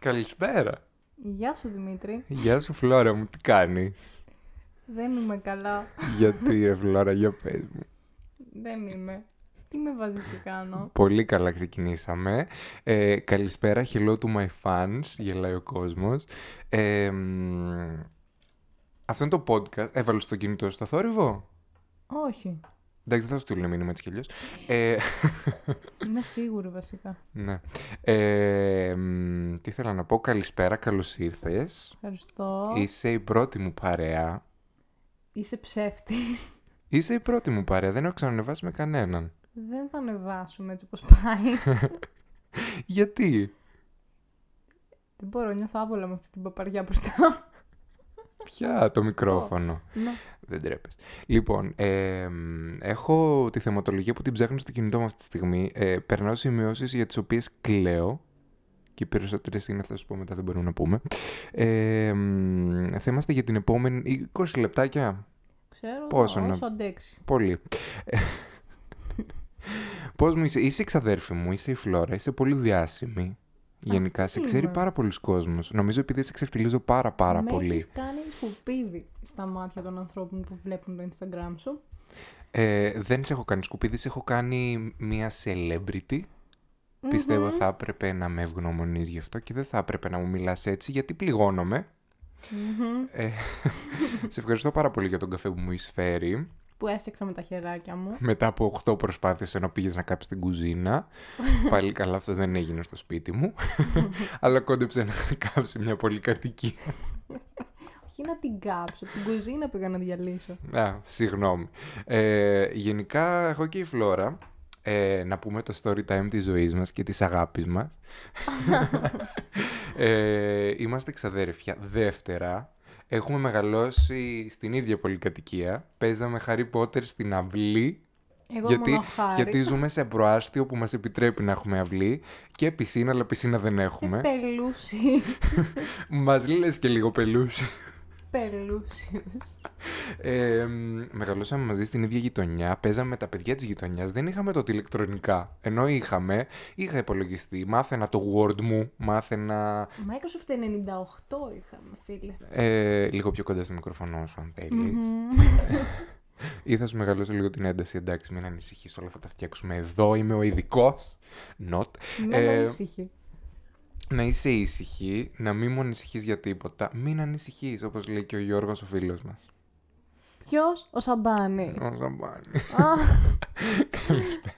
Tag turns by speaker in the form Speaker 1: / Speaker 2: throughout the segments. Speaker 1: Καλησπέρα.
Speaker 2: Γεια σου Δημήτρη,
Speaker 1: Γεια σου, Φλόρα μου, τι κάνεις.
Speaker 2: δεν είμαι καλά,
Speaker 1: Γιατί ρε Φλόρα, για πες μου.
Speaker 2: δεν είμαι. Τι με βάζεις και κάνω.
Speaker 1: Πολύ καλά ξεκινήσαμε. Ε, καλησπέρα, hello to my fans, γελάει ο κόσμος. Ε, μ, αυτό είναι το podcast. Έβαλες το κινητό στο θόρυβο.
Speaker 2: Όχι,
Speaker 1: Εντάξει, δεν θα σου στείλουν μήνυμα έτσι κι αλλιώς. Ε,
Speaker 2: είμαι σίγουρη βασικά.
Speaker 1: ναι. Ε, μ, τι θέλω να πω. Καλησπέρα, καλώς ήρθες.
Speaker 2: Ευχαριστώ.
Speaker 1: Είσαι η πρώτη μου παρέα.
Speaker 2: Είσαι ψεύτης.
Speaker 1: Είσαι η πρώτη μου παρέα. Δεν έχω ξανανεβάσει με κανέναν.
Speaker 2: Δεν θα ανεβάσουμε έτσι όπως πάει.
Speaker 1: Γιατί.
Speaker 2: δεν μπορώ, νιώθω άβολα με αυτή την παπαριά μπροστά μου.
Speaker 1: Ποια το μικρόφωνο.
Speaker 2: Ναι.
Speaker 1: Δεν τρέπες. Λοιπόν, ε, μ, έχω τη θεματολογία που την ψάχνω στο κινητό μου αυτή τη στιγμή. Ε, περνάω σημειώσεις για τις οποίες κλαίω. Και οι περισσότερες είναι, θα σου πω μετά, δεν μπορούμε να πούμε. Ε, μ, θα είμαστε για την επόμενη 20 λεπτάκια.
Speaker 2: Ξέρω
Speaker 1: Πόσο να-
Speaker 2: όσο αντέξει.
Speaker 1: Πολύ. Ε, Πώς μου είσαι, είσαι εξαδέρφη μου, είσαι η Φλόρα, είσαι πολύ διάσημη. Γενικά, σε
Speaker 2: τι
Speaker 1: ξέρει
Speaker 2: είμαι.
Speaker 1: πάρα πολλοί κόσμος. Νομίζω επειδή σε ξεφτυλίζω πάρα πάρα
Speaker 2: με
Speaker 1: πολύ.
Speaker 2: έχεις κάνει σκουπίδι στα μάτια των ανθρώπων που βλέπουν το Instagram σου.
Speaker 1: Ε, δεν σε έχω κάνει σκουπίδι, σε έχω κάνει μια celebrity. Πιστεύω θα έπρεπε να με ευγνωμονείς γι' αυτό και δεν θα έπρεπε να μου μιλάς έτσι γιατί πληγώνομαι.
Speaker 2: Μμμ.
Speaker 1: Ε, σε ευχαριστώ πάρα πολύ για τον καφέ που μου εισφέρει.
Speaker 2: Που έφτιαξα με τα χεράκια μου.
Speaker 1: Μετά από 8 προσπάθειες ενώ πήγες να κάψεις την κουζίνα. Πάλι καλά αυτό δεν έγινε στο σπίτι μου. Αλλά κόντεψε να κάψει μια πολυκατοικία.
Speaker 2: Όχι να την κάψω, την κουζίνα πήγα να διαλύσω.
Speaker 1: Α, συγγνώμη. Ε, γενικά, εγώ και η Φλόρα, ε, να πούμε το story time της ζωής μας και της αγάπης μας. ε, είμαστε ξαδέρφια. Δεύτερα, έχουμε μεγαλώσει στην ίδια πολυκατοικία. Παίζαμε Harry Potter στην αυλή.
Speaker 2: Εγώ
Speaker 1: γιατί,
Speaker 2: μόνο χάρη.
Speaker 1: γιατί ζούμε σε προάστιο που μας επιτρέπει να έχουμε αυλή και πισίνα, αλλά πισίνα δεν
Speaker 2: Ε,
Speaker 1: έχουμε.
Speaker 2: Πελούσι.
Speaker 1: μας λες και λίγο πελούσι.
Speaker 2: Πελούσιος.
Speaker 1: Ε, μ, μεγαλώσαμε μαζί στην ίδια γειτονιά, παίζαμε με τα παιδιά της γειτονιάς, δεν είχαμε τότε ηλεκτρονικά. Ενώ είχαμε, είχα υπολογιστή, μάθαινα το Word μου, μάθαινα
Speaker 2: Microsoft 98 είχαμε, φίλε.
Speaker 1: ε, λίγο πιο κοντά στο μικροφωνό σου αν θέλεις. Ή θα σου μεγαλώσω λίγο την ένταση, εντάξει μην ανησυχείς, όλα θα τα φτιάξουμε εδώ, είμαι ο ειδικός. Not.
Speaker 2: Με
Speaker 1: Ε,
Speaker 2: ανησυχείς.
Speaker 1: να είσαι ήσυχη, να μην μου ανησυχείς για τίποτα, μην ανησυχείς όπως λέει και ο Γιώργος ο φίλος μας.
Speaker 2: Ποιος ο Σαμπάνη.
Speaker 1: Ο Ζαμπάνη.
Speaker 2: Α,
Speaker 1: Καλησπέρα.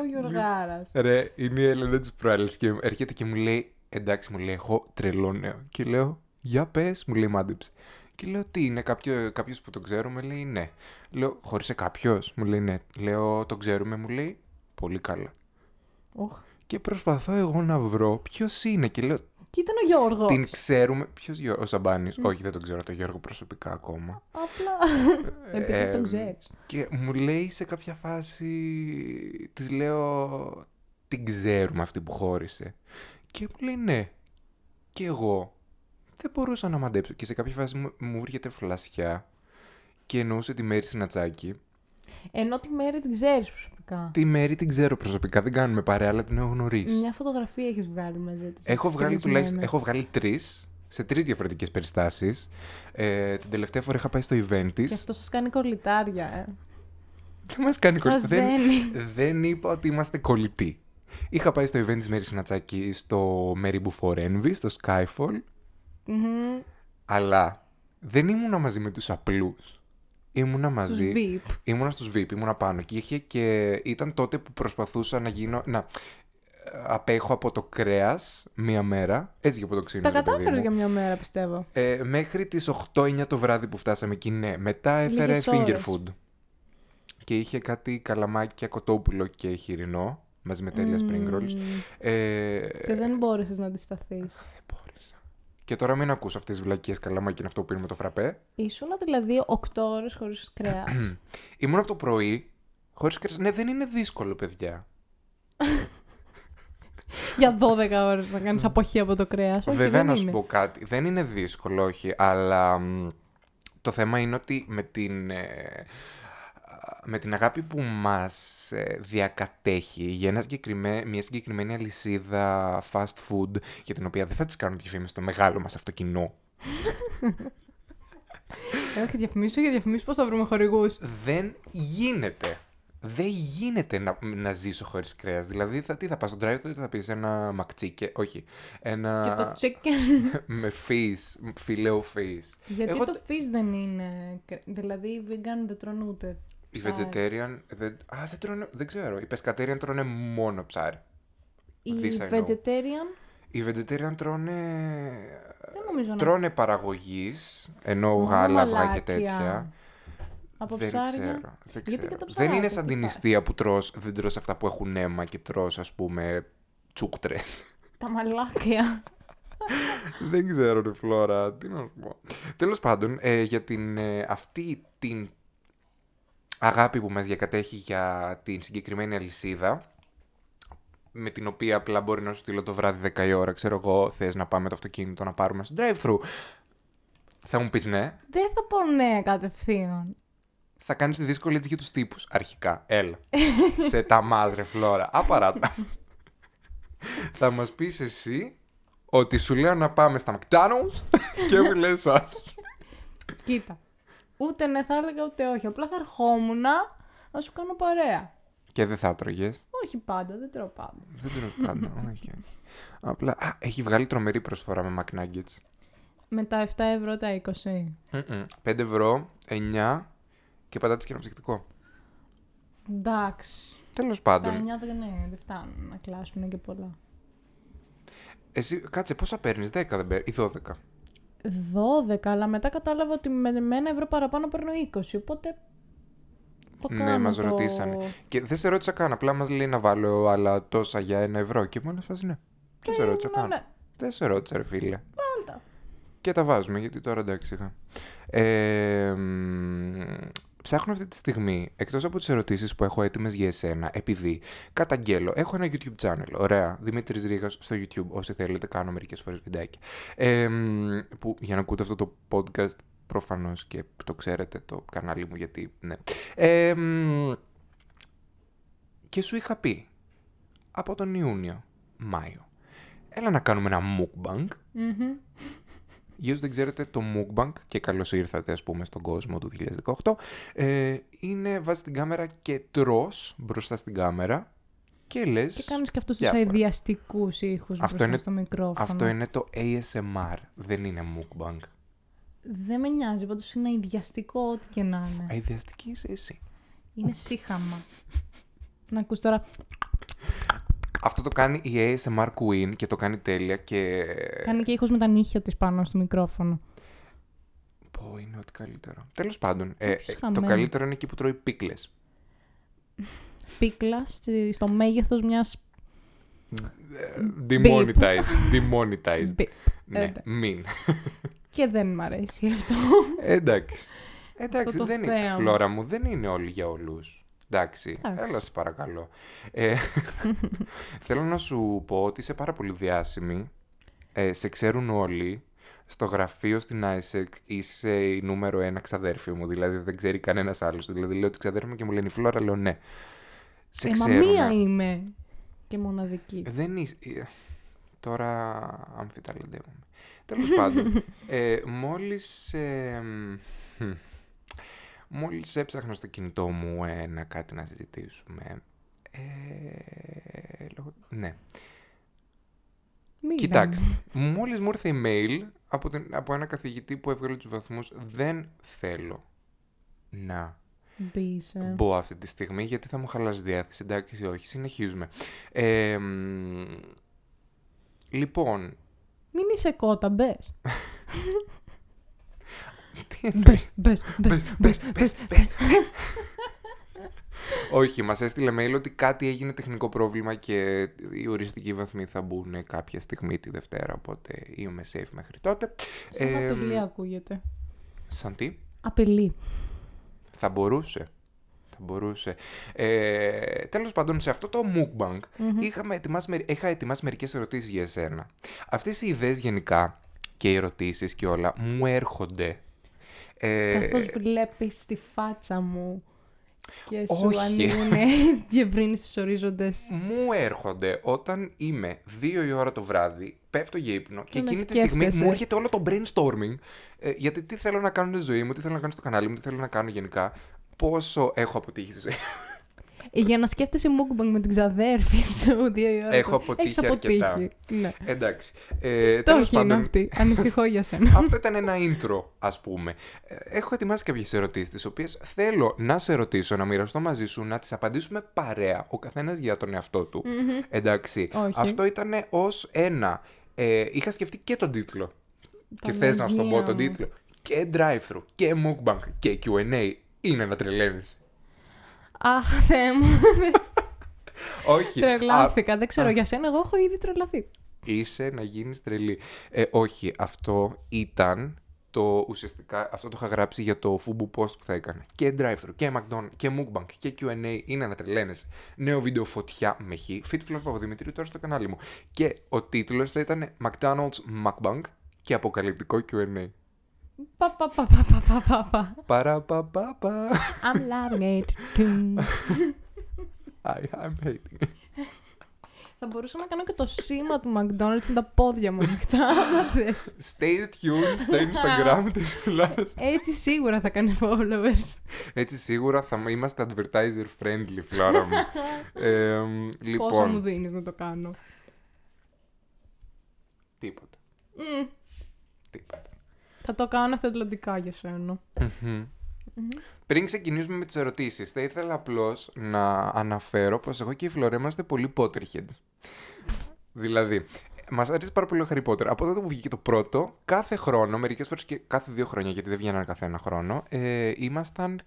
Speaker 2: ο Γιωργάρας.
Speaker 1: Ρε, είναι η Έλενα της προάλλη και έρχεται και μου λέει: Εντάξει, μου λέει, έχω τρελό νέο. Και λέω: Για πες, μου λέει, μάντεψε. Και λέω: Τι είναι, κάποιο κάποιος που τον ξέρουμε, λέει ναι. Λέω: Χωρίσε κάποιος, μου λέει ναι. Λέω: Τον ξέρουμε, μου λέει: Πολύ καλά.
Speaker 2: Οχ.
Speaker 1: Και προσπαθώ εγώ να βρω ποιος είναι. Και λέω:
Speaker 2: Και ήταν ο Γιώργος.
Speaker 1: Την ξέρουμε. Ποιος ο Σαμπάνης. Όχι, δεν τον ξέρω το Γιώργο προσωπικά ακόμα.
Speaker 2: Απλά. Επειδή
Speaker 1: Ε,
Speaker 2: τον ξέρεις.
Speaker 1: Και μου λέει σε κάποια φάση, της λέω, την ξέρουμε αυτή που χώρισε. Και μου λέει ναι. Και εγώ δεν μπορούσα να μαντέψω. Και σε κάποια φάση μου, μου έρχεται φλασιά και εννοούσε τη Μέρη Σινατσάκη.
Speaker 2: Ενώ τη μέρη την ξέρεις προσωπικά.
Speaker 1: Τη Μέρη την ξέρω προσωπικά, δεν κάνουμε παρέα, αλλά την έχω γνωρίσει.
Speaker 2: Μια φωτογραφία έχεις βγάλει μαζί της.
Speaker 1: Έχω βγάλει τουλάχιστον, έχω βγάλει τρεις, σε τρεις διαφορετικές περιστάσεις. Ε, την τελευταία φορά είχα πάει στο event
Speaker 2: Και
Speaker 1: της.
Speaker 2: αυτό σας κάνει κολλητάρια, ε.
Speaker 1: Δεν μας κάνει
Speaker 2: Σας
Speaker 1: κολλητή. Δεν,
Speaker 2: δένει.
Speaker 1: δεν είπα ότι είμαστε κολλητοί. Είχα πάει στο event της Μέρης Συνατσάκη στο Mary Before Envy, στο Skyfall,
Speaker 2: Μμμ.
Speaker 1: αλλά δεν ήμουνα μαζί με τους απλούς. Ήμουνα
Speaker 2: Τους
Speaker 1: μαζί,
Speaker 2: VIP.
Speaker 1: ήμουνα στους VIP, ήμουνα πάνω και, είχε και ήταν τότε που προσπαθούσα να γίνω, να απέχω από το κρέας μία μέρα, έτσι και από το ξύλο.
Speaker 2: Τα
Speaker 1: ρε παιδί
Speaker 2: κατάφερε
Speaker 1: μου.
Speaker 2: για μια μέρα, πιστεύω.
Speaker 1: Ε, μέχρι τις 8-9 το βράδυ που φτάσαμε εκεί, ναι. Μετά έφερε
Speaker 2: Λίγες
Speaker 1: finger
Speaker 2: ώρες.
Speaker 1: food. Και είχε κάτι καλαμάκια, κοτόπουλο και χοιρινό, μαζί με τέλεια spring rolls.
Speaker 2: Μμμ.
Speaker 1: Ε,
Speaker 2: Και δεν μπόρεσες να αντισταθείς.
Speaker 1: δεν μπόρεσα. Και τώρα μην ακούς αυτές τις βλακίες καλαμάκι είναι αυτό που πίνουμε το φραπέ.
Speaker 2: Ήσουν δηλαδή 8 ώρες χωρίς κρέας.
Speaker 1: Ήμουν από το πρωί, χωρίς κρέας. Ναι, δεν είναι δύσκολο, παιδιά.
Speaker 2: Για 12 ώρες να κάνεις αποχή από το κρέας.
Speaker 1: Βέβαια, να σου πω κάτι. Δεν είναι δύσκολο, όχι, αλλά μ, το θέμα είναι ότι με την ε, με την αγάπη που μας ε, διακατέχει για ένα συγκεκριμέ- μια συγκεκριμένη αλυσίδα fast food για την οποία δεν θα τις κάνουν διαφήμιση στο μεγάλο μας αυτό κοινό.
Speaker 2: Έχω και διαφημίσω για διαφημίσω πώς θα βρούμε χορηγούς.
Speaker 1: Δεν γίνεται. Δεν γίνεται να, να ζήσω χωρίς κρέας. Δηλαδή, θα, τι θα πας στο drive θα, θα πεις ένα μακτσίκε, όχι,
Speaker 2: Και το
Speaker 1: ένα
Speaker 2: chicken.
Speaker 1: με φύς, φιλέο φύς.
Speaker 2: Γιατί
Speaker 1: Εγώ
Speaker 2: το fish δεν είναι. κρε- Δηλαδή οι vegan δεν τρώνε ούτε.
Speaker 1: Οι
Speaker 2: ψάρι.
Speaker 1: vegetarian, ε, δεν, α, δεν τρώνε, δεν ξέρω, οι pescatarian τρώνε μόνο ψάρι.
Speaker 2: Οι
Speaker 1: This I know.
Speaker 2: vegetarian
Speaker 1: Οι vegetarian τρώνε
Speaker 2: δεν νομίζω να
Speaker 1: τρώνε παραγωγής, ενώ
Speaker 2: Ναι. Μόνο
Speaker 1: γάλαβα και
Speaker 2: μαλάκια.
Speaker 1: τέτοια.
Speaker 2: Από
Speaker 1: δεν
Speaker 2: ψάρια.
Speaker 1: ξέρω. Δεν,
Speaker 2: Γιατί και
Speaker 1: ξέρω.
Speaker 2: τα
Speaker 1: δεν
Speaker 2: ψαράκια,
Speaker 1: είναι
Speaker 2: τι
Speaker 1: σαν την
Speaker 2: φάση.
Speaker 1: νηστεία που τρως, δεν τρως αυτά που έχουν αίμα και τρως ας πούμε τσούκτρες.
Speaker 2: Τα μαλάκια.
Speaker 1: δεν ξέρω ρε Φλόρα, τι να σου πω. Τέλος πάντων, ε, για την, ε, αυτή την αγάπη που μας διακατέχει για την συγκεκριμένη αλυσίδα, με την οποία απλά μπορεί να σου στείλω το βράδυ 10 η ώρα, ξέρω εγώ, θες να πάμε το αυτοκίνητο να πάρουμε στο drive-thru. Θα μου πεις ναι,
Speaker 2: δεν θα πω ναι κατευθείαν.
Speaker 1: θα κάνεις τη δύσκολη έτσι για τους τύπους. Αρχικά. Έλα. Σε ταμάς ρε φλόρα. Απαράτα. θα μας πεις εσύ ότι σου λέω να πάμε στα McDonald's και μου λες όχι.
Speaker 2: Κοίτα. Ούτε ναι θα έλεγα ούτε όχι. Απλά θα ερχόμουν να σου κάνω παρέα.
Speaker 1: και δεν θα τρώγε.
Speaker 2: Όχι πάντα, δεν τρώω πάντα.
Speaker 1: Δεν τρώω πάντα. όχι, όχι. Απλά. Α, έχει βγάλει τρομερή προσφορά με McNuggets.
Speaker 2: Με τα 7 ευρώ τα 20.
Speaker 1: Mm-mm. 5 ευρώ, 9 και πατάτες και ένα ψυχτικό.
Speaker 2: Εντάξει.
Speaker 1: Τέλος
Speaker 2: Τα
Speaker 1: πάντων.
Speaker 2: 9 δεν, ναι, δεν φτάνουν να κλάσουν και πολλά.
Speaker 1: Εσύ, κάτσε, πόσα παίρνεις, 10 δεν παίρνει, ή 12.
Speaker 2: 12, αλλά μετά κατάλαβα ότι με, με ένα ευρώ παραπάνω παίρνω 20, οπότε το
Speaker 1: Ναι,
Speaker 2: κάνω
Speaker 1: μας
Speaker 2: το...
Speaker 1: ρωτήσανε. Και δεν σε ρώτησα καν. Απλά μας λέει να βάλω άλλα τόσα για ένα ευρώ. Και μόνος φάση ναι. Δεν σε
Speaker 2: Ε,
Speaker 1: ρώτησα
Speaker 2: μα
Speaker 1: καν.
Speaker 2: ναι,
Speaker 1: Δεν σε ρώτησα, ρε φίλε.
Speaker 2: βάλ' τα.
Speaker 1: Και τα βάζουμε, γιατί τώρα εντάξει. είχα. Ε, μ, ψάχνω αυτή τη στιγμή, εκτός από τις ερωτήσεις που έχω έτοιμες για εσένα, επειδή καταγγέλλω, έχω ένα YouTube channel, ωραία, Δημήτρης Ρίγας στο YouTube, όσοι θέλετε κάνω μερικές φορές βιντεάκια, ε, μ, που για να ακούτε αυτό το podcast, προφανώς και το ξέρετε το κανάλι μου, γιατί ναι. Ε, μ, και σου είχα πει, από τον Ιούνιο, Μάιο, έλα να κάνουμε ένα mukbang,
Speaker 2: Μμμ.
Speaker 1: για όσους δεν ξέρετε, το Mukbang, και καλώς ήρθατε ας πούμε στον κόσμο του 2018, ε, είναι βάζει την κάμερα και τρως μπροστά στην κάμερα και λες...
Speaker 2: Και κάνεις και αυτούς τους
Speaker 1: Διάφορα.
Speaker 2: αειδιαστικούς ήχους
Speaker 1: Αυτό
Speaker 2: μπροστά
Speaker 1: είναι-
Speaker 2: στο μικρόφωνο.
Speaker 1: Αυτό είναι το ASMR, δεν είναι Mukbang.
Speaker 2: Ναι. Δεν με νοιάζει, πάντως είναι αειδιαστικό ό,τι και να είναι.
Speaker 1: Ε. Αειδιαστική είσαι εσύ.
Speaker 2: Είναι σύχαμα. να ακούς τώρα,
Speaker 1: Αυτό το κάνει η ASMR Queen και το κάνει τέλεια και...
Speaker 2: κάνει και ήχος με τα νύχια της πάνω στο μικρόφωνο.
Speaker 1: Πω, είναι ό,τι καλύτερο. Τέλος πάντων, ε, ε, το
Speaker 2: Χαμένη.
Speaker 1: καλύτερο είναι εκεί που τρώει πίκλες.
Speaker 2: Πίκλα στη- στο μέγεθος μιας...
Speaker 1: Ε, Demonetized, demonetized.
Speaker 2: μπι-
Speaker 1: ναι,
Speaker 2: εντάξει.
Speaker 1: μην.
Speaker 2: Και δεν μ' αρέσει αυτό.
Speaker 1: Εντάξει. Ε, Εντάξει,
Speaker 2: Αυτό το
Speaker 1: δεν είναι.
Speaker 2: θέαμα.
Speaker 1: Φλόρα μου, δεν είναι όλοι για όλους. Εντάξει,
Speaker 2: Εντάξει.
Speaker 1: έλα σε παρακαλώ. Ε, θέλω να σου πω ότι είσαι πάρα πολύ διάσημη. Ε, σε ξέρουν όλοι. Στο γραφείο στην Άισεκ είσαι η νούμερο ένα ξαδέρφη μου. Δηλαδή δεν ξέρει κανένας άλλος. Δηλαδή λέω ότι ξαδέρφη μου και μου λένε η Φλόρα, λέω ναι. Σε
Speaker 2: Ε, μα
Speaker 1: ξέρουν.
Speaker 2: μία είμαι και μοναδική.
Speaker 1: Δεν είσαι. ε, Τώρα αμφιταλαντεύομαι. Τέλος πάντων, ε, μόλις, ε, μ, μόλις έψαχνα στο κινητό μου ένα κάτι να συζητήσουμε, ε, λόγω- ναι,
Speaker 2: Μίλα
Speaker 1: Κοιτάξτε, μόλις μου ήρθε email από, την, από ένα καθηγητή που έβγαλε τους βαθμούς, δεν θέλω να
Speaker 2: μου. Μπήσε.
Speaker 1: μπω αυτή τη στιγμή γιατί θα μου χαλάσει διάθεση. Εντάξει, όχι, συνεχίζουμε. Ε, μ, λοιπόν,
Speaker 2: Μην είσαι κότα, μπες.
Speaker 1: τι εννοείς?
Speaker 2: Μπες, μπες, μπες, μπες, μπες.
Speaker 1: Όχι, μας έστειλε mail ότι κάτι έγινε τεχνικό πρόβλημα και οι οριστικοί βαθμοί θα μπουν κάποια στιγμή τη Δευτέρα, οπότε είμαι safe μέχρι τότε.
Speaker 2: Σαν
Speaker 1: Ε,
Speaker 2: απειλή ακούγεται.
Speaker 1: σαν τι?
Speaker 2: Απειλή.
Speaker 1: Θα μπορούσε. Θα μπορούσε. Ε, τέλος πάντων, σε αυτό το mukbang είχαμε ετοιμάσει, μερι- είχα ετοιμάσει μερικές ερωτήσεις για εσένα. Αυτές οι ιδέες γενικά και οι ερωτήσεις και όλα μου έρχονται. Ε,
Speaker 2: Καθώς βλέπεις τη φάτσα μου Και σου
Speaker 1: Όχι.
Speaker 2: ανοίγουν διευρύνσει ορίζοντες.
Speaker 1: Μου έρχονται όταν είμαι 2 η ώρα το βράδυ, πέφτω για ύπνο και,
Speaker 2: Και να
Speaker 1: εκείνη τη στιγμή
Speaker 2: σκέφτεσαι.
Speaker 1: μου έρχεται όλο το brainstorming. ε, γιατί τι θέλω να κάνω στη ζωή μου, τι θέλω να κάνω στο κανάλι μου, τι θέλω να κάνω γενικά. Πόσο έχω αποτύχει στη ζωή μου.
Speaker 2: Ε, Για να σκέφτεσαι mukbang με την ξαδέρφη σου δύο η ώρα.
Speaker 1: Έχω
Speaker 2: το-
Speaker 1: αποτύχει
Speaker 2: Έχεις αποτύχει.
Speaker 1: αρκετά.
Speaker 2: Ναι.
Speaker 1: Εντάξει.
Speaker 2: Ε,
Speaker 1: Ε, τέλος
Speaker 2: Στόχη είναι
Speaker 1: πάντων,
Speaker 2: αυτή. Ανησυχώ για σένα.
Speaker 1: Αυτό ήταν ένα intro, ας πούμε. Ε, Έχω ετοιμάσει κάποιες ερωτήσεις, τις οποίες θέλω να σε ρωτήσω, να μοιραστώ μαζί σου, να τις απαντήσουμε παρέα, ο καθένας για τον εαυτό του. Εντάξει.
Speaker 2: Όχι.
Speaker 1: Αυτό ήταν ως ένα. Ε, είχα σκεφτεί και τον τίτλο. και θες να σου τον πω
Speaker 2: Παναγία
Speaker 1: τον
Speaker 2: μου.
Speaker 1: τίτλο. Και drive-thru, και mukbang, και QA. Είναι να τρελαίνεις.
Speaker 2: Αχ, Θεέ μου.
Speaker 1: Όχι. Α,
Speaker 2: Τρελάθηκα. Δεν ξέρω για σένα. Εγώ έχω ήδη τρελαθεί.
Speaker 1: είσαι να γίνεις τρελή. Ε, όχι, αυτό ήταν το ουσιαστικά, αυτό το είχα γράψει για το FUBU post που θα έκανα. Και drive-thru, και McDonald's, και mukbang, και Q&A είναι να τρελαίνεσαι. Νέο βίντεο φωτιά με χ, fit flop από Δημητρίου τώρα στο κανάλι μου. Και ο τίτλος θα ήταν McDonald's mukbang και αποκαλυπτικό Q&A.
Speaker 2: Πα, πα, πα, πα, πα, πα, πα, πα.
Speaker 1: Παραπαπαπα.
Speaker 2: I'm loving it. Τουμ.
Speaker 1: I am hating it.
Speaker 2: Θα μπορούσα να κάνω και το σήμα του McDonald's με τα πόδια μου ανοιχτά, άμα θες.
Speaker 1: Stay tuned στο Instagram της Ελλάδας.
Speaker 2: Έτσι σίγουρα θα κάνει followers.
Speaker 1: Έτσι σίγουρα θα είμαστε advertiser friendly, Φλάρα μου. Ε, μ, λοιπόν,
Speaker 2: Πόσο μου δίνεις να το κάνω.
Speaker 1: τίποτα.
Speaker 2: Μμ.
Speaker 1: τίποτα.
Speaker 2: Θα το κάνω εθελοντικά για σένα.
Speaker 1: Μμμ. Πριν ξεκινήσουμε με τις ερωτήσεις, θα ήθελα απλώς να αναφέρω πως εγώ και η Φλωρέ είμαστε πολύ Potterhead. δηλαδή, μας αρέσει πάρα πολύ ο Harry Potter. Από τότε που βγήκε το πρώτο, κάθε χρόνο, μερικές φορές και κάθε δύο χρόνια, γιατί δεν βγαίνανε κάθε ένα χρόνο, ε, ήμασταν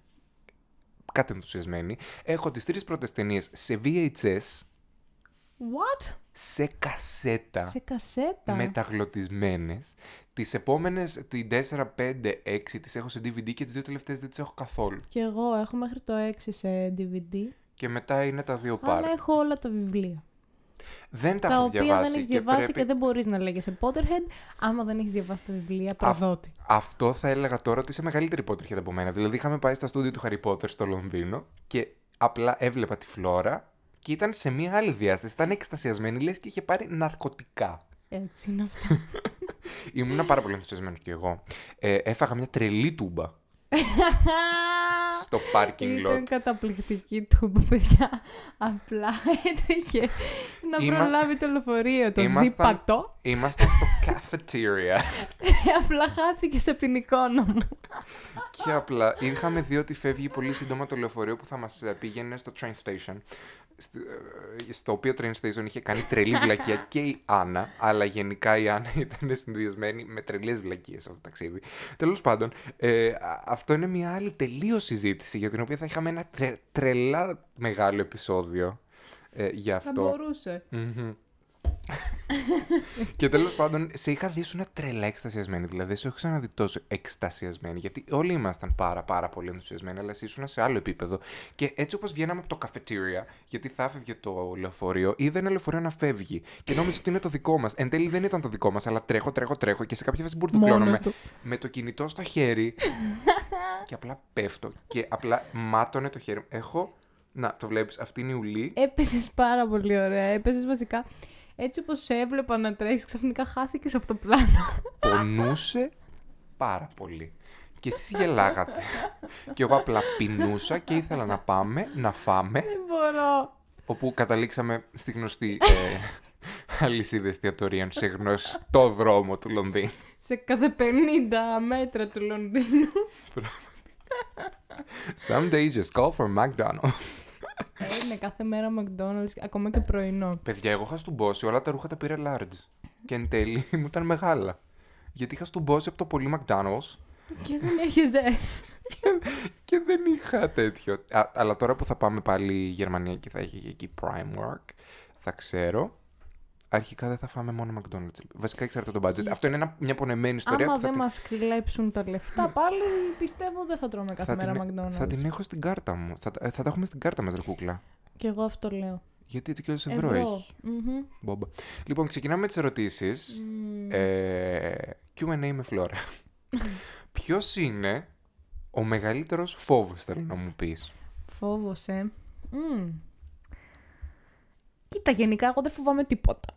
Speaker 1: κάτι ενθουσιασμένοι. Έχω τις τρεις πρώτες ταινίες σε VHS,
Speaker 2: What?
Speaker 1: σε κασέτα.
Speaker 2: Σε κασέτα.
Speaker 1: μεταγλωτισμένες. Τις επόμενες, την 4, 5, 6, τις έχω σε DVD και τις δύο τελευταίες δεν τις έχω καθόλου.
Speaker 2: Κι εγώ έχω μέχρι το 6 σε DVD.
Speaker 1: Και μετά είναι τα δύο part.
Speaker 2: Αλλά έχω όλα τα βιβλία.
Speaker 1: Δεν τα,
Speaker 2: ναι. Τα
Speaker 1: έχω
Speaker 2: οποία
Speaker 1: διαβάσει.
Speaker 2: δεν έχεις
Speaker 1: και
Speaker 2: διαβάσει
Speaker 1: πρέπει-
Speaker 2: και δεν μπορείς να λέγεσαι Potterhead άμα δεν έχεις διαβάσει τα βιβλία προδότη.
Speaker 1: Αυτό θα έλεγα τώρα ότι είσαι μεγαλύτερη Potterhead από μένα. Δηλαδή είχαμε πάει στα στούντιο του Harry Potter στο Λονδίνο και απλά έβλεπα τη Φλόρα και ήταν σε μία άλλη διάσταση. Ήταν εκστασιασμένη, λες και είχε πάρει ναρκωτικά.
Speaker 2: Έτσι είναι αυτά.
Speaker 1: Ήμουνα πάρα πολύ ενθουσιασμένος κι εγώ. Ε, έφαγα μια τρελή τούμπα στο parking lot.
Speaker 2: Ήταν καταπληκτική του παιδιά. Απλά έτρεχε να
Speaker 1: Είμαστε-
Speaker 2: προλάβει το λεωφορείο, το
Speaker 1: Ήμασταν-
Speaker 2: δίπατο.
Speaker 1: Ήμασταν στο cafeteria.
Speaker 2: Και απλά χάθηκε σε ποινικό νόμο.
Speaker 1: Και απλά είχαμε δει ότι φεύγει πολύ σύντομα το λεωφορείο που θα μας πήγαινε στο train station. στη- ε, Στο οποίο train station είχε κάνει τρελή βλακεία και η Άννα, αλλά γενικά η Άννα ήταν συνδυασμένη με τρελές βλακίες αυτό το ταξίδι. Τέλος πάντων, ε, α- αυτό είναι μια άλλη τελείως συζήτηση για την οποία θα είχαμε ένα τρε- τρελά μεγάλο επεισόδιο ε, για
Speaker 2: Θα
Speaker 1: αυτό.
Speaker 2: μπορούσε.
Speaker 1: Μμμ. και τέλος πάντων, σε είχα δει σου να τρελά εκστασιασμένη. Δηλαδή, σε έχω ξαναδεί τόσο εκστασιασμένη. Γιατί όλοι ήμασταν πάρα πάρα πολύ ενθουσιασμένοι, αλλά εσύ ήσουν σε άλλο επίπεδο. Και έτσι όπως βγαίναμε από το καφετήρια, γιατί θα έφευγε το λεωφορείο, είδα ένα λεωφορείο να φεύγει. Και νόμιζα ότι είναι το δικό μας. Εν τέλει δεν ήταν το δικό μας, αλλά τρέχω, τρέχω, τρέχω και σε κάποια φάση
Speaker 2: Μόνος
Speaker 1: μπουρδουκλώνομαι.
Speaker 2: του.
Speaker 1: Με το κινητό στο χέρι. και απλά πέφτω. Και απλά μάτωνε το χέρι μου. Έχω. Να, το βλέπεις, αυτή είναι η ουλή.
Speaker 2: Έπεσε πάρα πολύ ωραία. Έπεσε βασικά. Έτσι όπως έβλεπα να τρέχεις, ξαφνικά χάθηκες από το πλάνο.
Speaker 1: πονούσε πάρα πολύ. Και εσείς γελάγατε. και εγώ απλά πεινούσα και ήθελα να πάμε, να φάμε,
Speaker 2: Δεν μπορώ.
Speaker 1: όπου καταλήξαμε στη γνωστή ε, αλυσίδα εστιατορίων σε γνωστό δρόμο του Λονδίνου.
Speaker 2: Σε κάθε 50 μέτρα του Λονδίνου.
Speaker 1: Someday just call for McDonald's.
Speaker 2: Ε, Είναι κάθε μέρα McDonald's, ακόμα και πρωινό.
Speaker 1: Παιδιά, εγώ είχα στουμπώσει, όλα τα ρούχα τα πήρα large. Και εν τέλει μου ήταν μεγάλα. Γιατί είχα στουμπώσει από το πολύ McDonald's
Speaker 2: Και δεν έχει ζέσει.
Speaker 1: Και δεν είχα τέτοιο. Α, αλλά τώρα που θα πάμε πάλι η Γερμανία και θα έχει και εκεί prime work, θα ξέρω. Αρχικά δεν θα φάμε μόνο McDonald's. Βασικά εξαρτάται το budget. Αυτό είναι ένα, μια πονεμένη ιστορία
Speaker 2: Άμα
Speaker 1: που θα,
Speaker 2: δεν
Speaker 1: την,
Speaker 2: μας κλέψουν τα λεφτά, πάλι πιστεύω δεν θα τρώμε κάθε
Speaker 1: θα,
Speaker 2: μέρα
Speaker 1: την, ε-
Speaker 2: McDonald's.
Speaker 1: θα την έχω στην κάρτα μου. Θα, τα- ε, θα τα έχουμε στην κάρτα μας, ρε κούκλα.
Speaker 2: Και εγώ αυτό λέω.
Speaker 1: Γιατί έτσι κι αλλιώς ευρώ, έχει. Ε.
Speaker 2: Μμμ.
Speaker 1: Μπόμπα. Λοιπόν, ξεκινάμε με τις ερωτήσεις.
Speaker 2: Μμμ.
Speaker 1: Ε, Q&A με φλόρα. Ποιος είναι ο μεγαλύτερος φόβος, θέλω να μου πεις.
Speaker 2: Φόβος, ε. Μμμ. Κοίτα, γενικά εγώ δεν φοβάμαι τίποτα.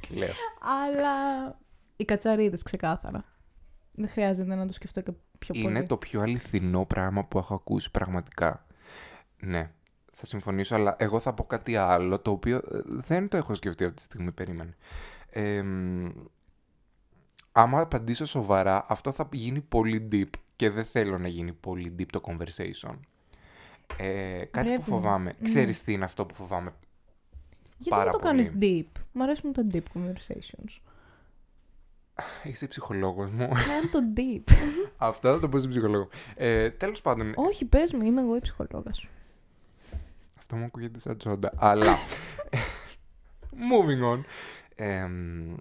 Speaker 1: Και λέω.
Speaker 2: Αλλά οι κατσαρίδες ξεκάθαρα. Δεν χρειάζεται να το σκεφτώ και πιο πολύ.
Speaker 1: Είναι το πιο αληθινό πράγμα που έχω ακούσει πραγματικά. Ναι, θα συμφωνήσω, αλλά εγώ θα πω κάτι άλλο, το οποίο ε, δεν το έχω σκεφτεί αυτή τη στιγμή, περίμενε. Ε, μ, άμα απαντήσω σοβαρά, αυτό θα γίνει πολύ deep και δεν θέλω να γίνει πολύ deep το conversation. Ε, κάτι
Speaker 2: Πρέπει.
Speaker 1: που φοβάμαι.
Speaker 2: Ναι.
Speaker 1: Ξέρεις τι είναι αυτό που φοβάμαι.
Speaker 2: Γιατί
Speaker 1: πάρα
Speaker 2: δεν το
Speaker 1: πολύ.
Speaker 2: κάνεις deep. Μ' αρέσουν τα deep conversations.
Speaker 1: Είσαι ψυχολόγος μου.
Speaker 2: Κάνε το deep.
Speaker 1: αυτό θα το πω στον ψυχολόγο. Ε, τέλος πάντων,
Speaker 2: Όχι, πες μου, είμαι εγώ η ψυχολόγας σου.
Speaker 1: Αυτό μου ακούγεται σαν τσόντα, αλλά... Moving on. Εμ,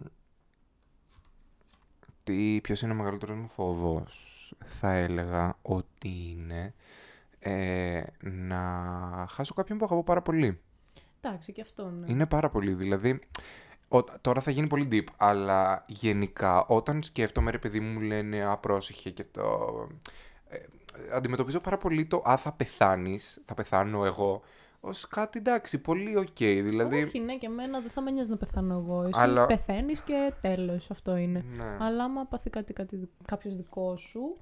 Speaker 1: τι, ποιος είναι ο μεγαλύτερος μου φόβος, θα έλεγα ότι είναι ε, να χάσω κάποιον που αγαπώ πάρα πολύ.
Speaker 2: Εντάξει, και αυτό ναι.
Speaker 1: Είναι πάρα πολύ, δηλαδή... ό- τώρα θα γίνει πολύ deep, αλλά γενικά όταν σκέφτομαι ρε παιδί μου λένε απρόσεχε και το... ε, αντιμετωπίζω πάρα πολύ το «Α, θα πεθάνεις, θα πεθάνω εγώ» ως κάτι εντάξει, πολύ οκ, δηλαδή...
Speaker 2: Όχι, ναι, και εμένα δεν θα με νοιάζει να πεθάνω εγώ. Εσύ
Speaker 1: Αλλά-
Speaker 2: πεθαίνεις και τέλος, αυτό είναι.
Speaker 1: Ναι.
Speaker 2: Αλλά άμα πάθει κάτι, κάτι κάποιος δικό σου,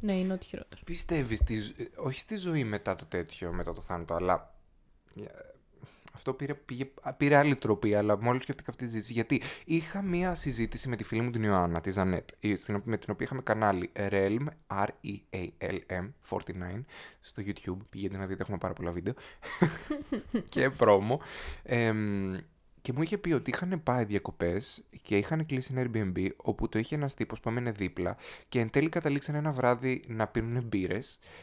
Speaker 2: ναι, είναι ό,τι χειρότερο.
Speaker 1: Πιστεύεις, στη, ζ- ε, όχι στη ζωή μετά το τέτοιο, μετά το θάνατο, αλλά ε, αυτό πήρε, πήγε, α, πήρε άλλη τροπή, αλλά μόλις σκέφτηκα αυτή τη συζήτηση, γιατί είχα μία συζήτηση με τη φίλη μου την Ιωάννα, τη Ζανέτ, η- στην- με την οποία είχαμε κανάλι Realm, R-E-A-L-M, 49, στο YouTube, πηγαίνετε να δείτε, έχουμε πάρα πολλά βίντεο, και πρόμο, Εμ, και μου είχε πει ότι είχαν πάει διακοπές και είχαν κλείσει ένα Airbnb όπου το είχε ένας τύπος που έμενε δίπλα και εν τέλει καταλήξαν ένα βράδυ να πίνουν μπύρε.